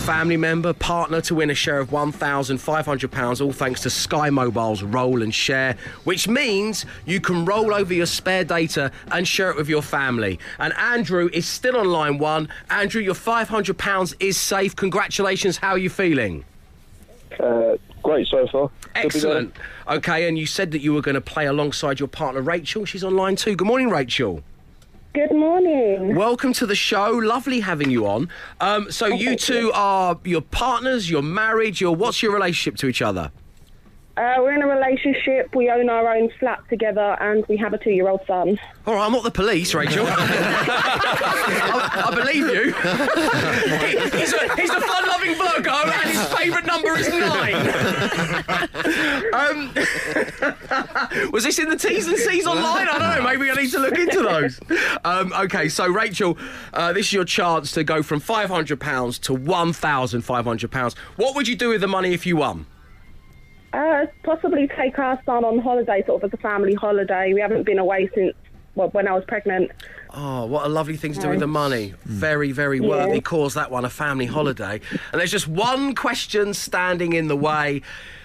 family member, partner, to win a share of £1,500, all thanks to Sky Mobile's Roll and Share, which means you can roll over your spare data and share it with your family. And Andrew is still on line one. Andrew, your £500 is safe. Congratulations. How are you feeling?
Uh, great so far.
Excellent. Okay, and you said that you were going to play alongside your partner, Rachel. She's on line two. Good morning, Rachel.
Good morning.
Welcome to the show. Lovely having you on. Um, so you two are your partners. You're married. You're what's your relationship to each other?
Uh, we're in a relationship. We own our own flat together, and we have a two-year-old son.
All right, I'm not the police, Rachel. I, I believe you. He- he's, a, he's a fun-loving bloke, all right, and his favourite number is nine. um, was this in the T's and C's online? I don't know. Maybe I need to look into those. Um, okay, so Rachel, uh, this is your chance to go from £500 to £1,500. What would you do with the money if you won?
Uh, possibly take our son on holiday, sort of as a family holiday. We haven't been away since well, when I was pregnant.
Oh, what a lovely thing to do with the money. Very, very
Yeah.
worthy cause, that one, a family holiday. And there's just one question standing in the way.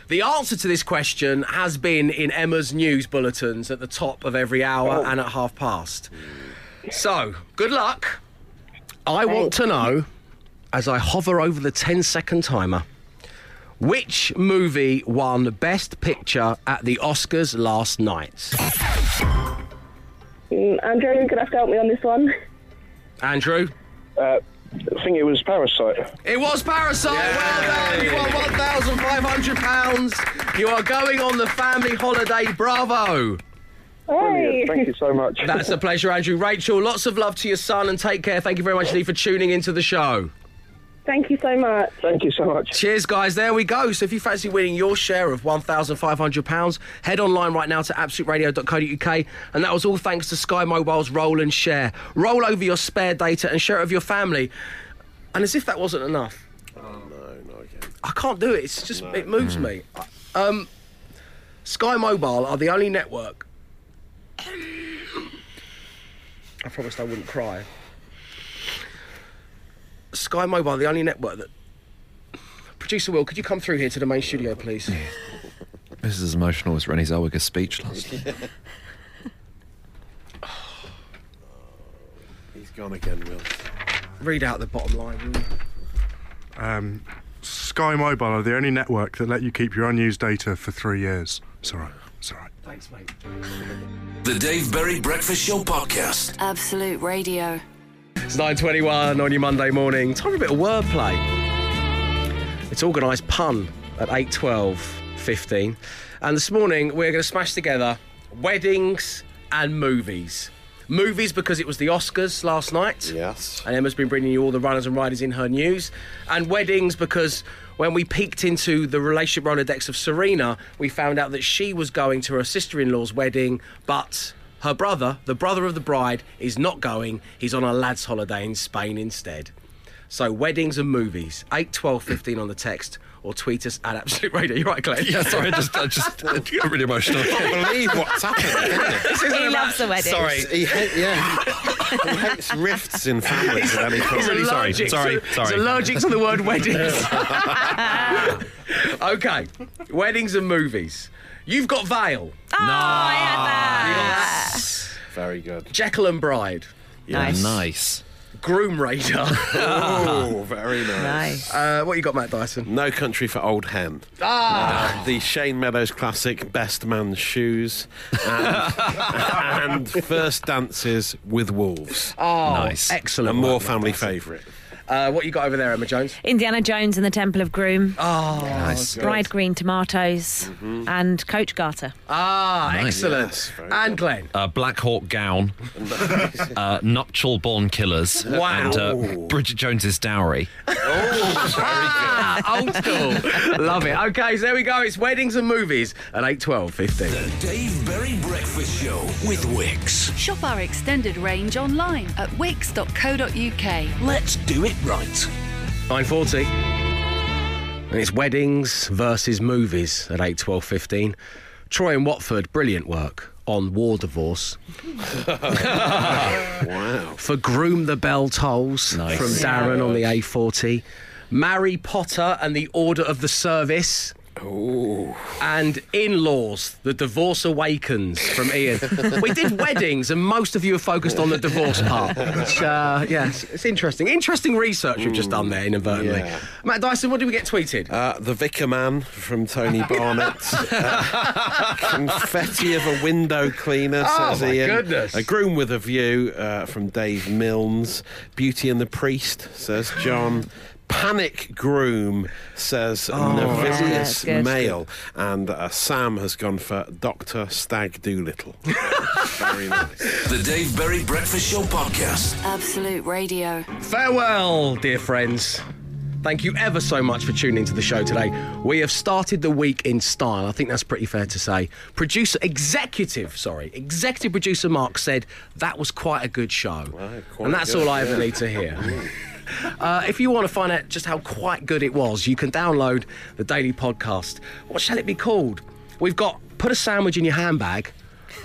The answer to this question has been in Emma's news bulletins at the top of every hour and at half past. So, good luck. I want to know, as I hover over the 10 second timer, which movie won Best Picture at the Oscars last night?
Mm, Andrew, you're gonna have to help me on this one.
Andrew?
Uh, I think it was Parasite.
It was Parasite. Well done. You won one thousand five hundred pounds. You are going on the family holiday. Bravo.
Brilliant. Thank you so much.
That's a pleasure, Andrew. Rachel, lots of love to your son and take care. Thank you very much, Lee, for tuning into the show.
Thank you so much.
Thank you so much.
Cheers, guys. There we go. So if you fancy winning your share of £1,500, head online right now to absoluteradio.co.uk. And that was all thanks to Sky Mobile's Roll and Share. Roll over your spare data and share it with your family. And as if that wasn't enough. Oh, no, not again. I can't do it. It's just, it moves me. Um, Sky Mobile are the only network. I promised I wouldn't cry. Sky Mobile, the only network that Producer Will, could you come through here to the main studio, please?
This is as emotional as Rennie Zellweger's speech last night.
He's gone again, Will.
Read out the bottom line. will you?
Um, Sky Mobile are the only network that let you keep your unused data for three years. It's all right. It's all right.
Thanks, mate.
The Dave Berry Breakfast Show podcast.
Absolute Radio.
It's 9.21 on your Monday morning. Time for a bit of wordplay. It's organised pun at 8.12.15. And this morning, we're going to smash together weddings and movies. Movies because it was the Oscars last night. Yes. And Emma's been bringing you all the runners and riders in her news. And weddings because when we peeked into the relationship Rolodex of Serena, we found out that she was going to her sister in law's wedding, but her brother, the brother of the bride, is not going. He's on a lad's holiday in Spain instead. So weddings and movies, 8, 12, 15 on the text, or tweet us at Absolute Radio. You're right, Glenn.
Yeah, sorry, I just, I just I got really emotional. I
can't believe what's happening.
This isn't
He
about-
loves the wedding.
Sorry.
He hate, yeah. he hates rifts in families at any cost.
There's a logic to- There's a logic to the word weddings. okay, weddings and movies. You've got Vale.
Oh, I had that.
Yes.
Very good.
Jekyll and Bride.
Nice.
Groom Raider. Ah.
Oh, very
Nice.
nice.
uh, what you got, Matt Dyson?
No Country for Old Hen.
Ah.
Uh, the Shane Meadows classic, Best Man's Shoes. And, and First Dances with Wolves.
Oh,
Nice.
excellent.
a more
work, Matt
family
Dyson.
favourite.
Uh, what you got over there, Emma Jones?
Indiana Jones and the Temple of Groom,
Oh, Mm-hmm.
Nice.
good.
Bride Green Tomatoes, and Coach Garter.
Ah,
Nice.
excellent.
Yes, very
and Glenn.
Uh, Black Hawk Gown, uh, Nuptial Born Killers,
Wow.
and uh, Bridget Jones's Dowry.
Ah, old school. Love it. Okay, so there we go. It's weddings and movies at 8, 12, 15.
The Dave Berry Breakfast Show with Wix.
Shop our extended range online at wix.co.uk.
Let's do it right.
9.40. And it's weddings versus movies at 8, 12, 15. Troy and Watford, brilliant work on war divorce.
Wow.
For Groom the Bell Tolls
Nice.
from Darren on the A40. Mary Potter and the Order of the Service. And in laws, the divorce awakens from Ian. we did weddings, and most of you have focused on the divorce part. Which, uh, yeah, it's, it's interesting. Interesting research you've just done there, inadvertently.
yeah.
Matt Dyson, what did we get tweeted?
Uh, the Vicar Man from Tony Barnett. Uh, confetti of a window cleaner,
Oh,
says
my
Ian.
goodness.
A Groom with a View uh, from Dave Milnes. Beauty and the Priest, says John. Panic Groom, says
Oh,
Novitius
Yeah, good.
Male. And uh, Sam has gone for Dr. Stag Doolittle. Very nice.
The Dave Berry Breakfast Show podcast.
Absolute Radio.
Farewell, dear friends. Thank you ever so much for tuning into the show today. We have started the week in style. I think that's pretty fair to say. Producer, executive, sorry, executive producer Mark said that was quite a good show.
quite
and that's
good,
all I ever
yeah. Mm.
need to hear. Uh, if you want to find out just how quite good it was, you can download the daily podcast. What shall it be called? We've got Put a Sandwich in Your Handbag.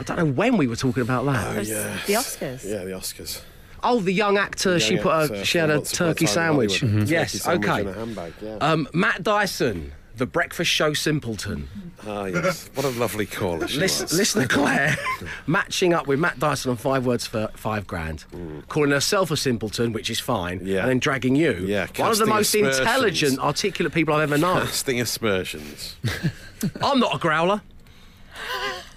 I don't know when we were talking about that.
Oh,
It was The Oscars.
Yeah, the Oscars.
Oh, the young actor.
Yeah,
she
yeah,
put a,
so
she had a
once upon
turkey
time in Hollywood,
sandwich.
turkey
Yes,
sandwich
okay.
in a handbag, yeah.
Um, Matt Dyson, the Breakfast Show simpleton.
Ah, yes. What a lovely caller she
Listen,
was.
listener Claire, matching up with Matt Dyson on five words for five grand, calling herself a simpleton, which is fine,
Mm. Yeah.
and then dragging you.
Yeah,
one of the
casting
most
aspersions.
intelligent, articulate people I've ever known.
Casting aspersions.
I'm not a growler.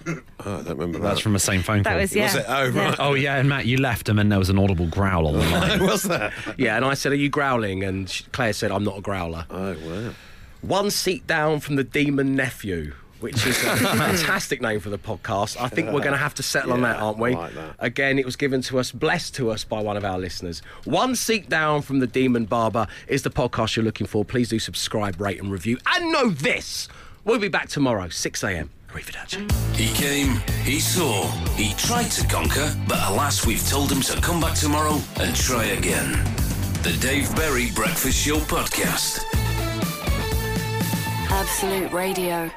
Oh, I don't remember
That's
that.
from the same phone call.
That was, yeah.
Was it? Oh,
Yeah.
right.
Oh yeah, and Matt, you left, and then there was an audible growl on the line.
was that?
Yeah, and I said, "Are you growling?" And sh- Claire said, "I'm not a growler."
Oh, wow.
One Seat Down from the Demon Nephew, which is a fantastic name for the podcast. I think we're going to have to settle on
Yeah,
that, aren't we?
I like that.
Again, it was given to us, blessed to us by one of our listeners. One Seat Down from the Demon Barber is the podcast you're looking for. Please do subscribe, rate, and review. And know this we'll be back tomorrow, 6 a.m. Arrivederci.
He came, he saw, he tried to conquer, but alas, we've told him to come back tomorrow and try again. The Dave Berry Breakfast Show podcast.
Absolute Radio.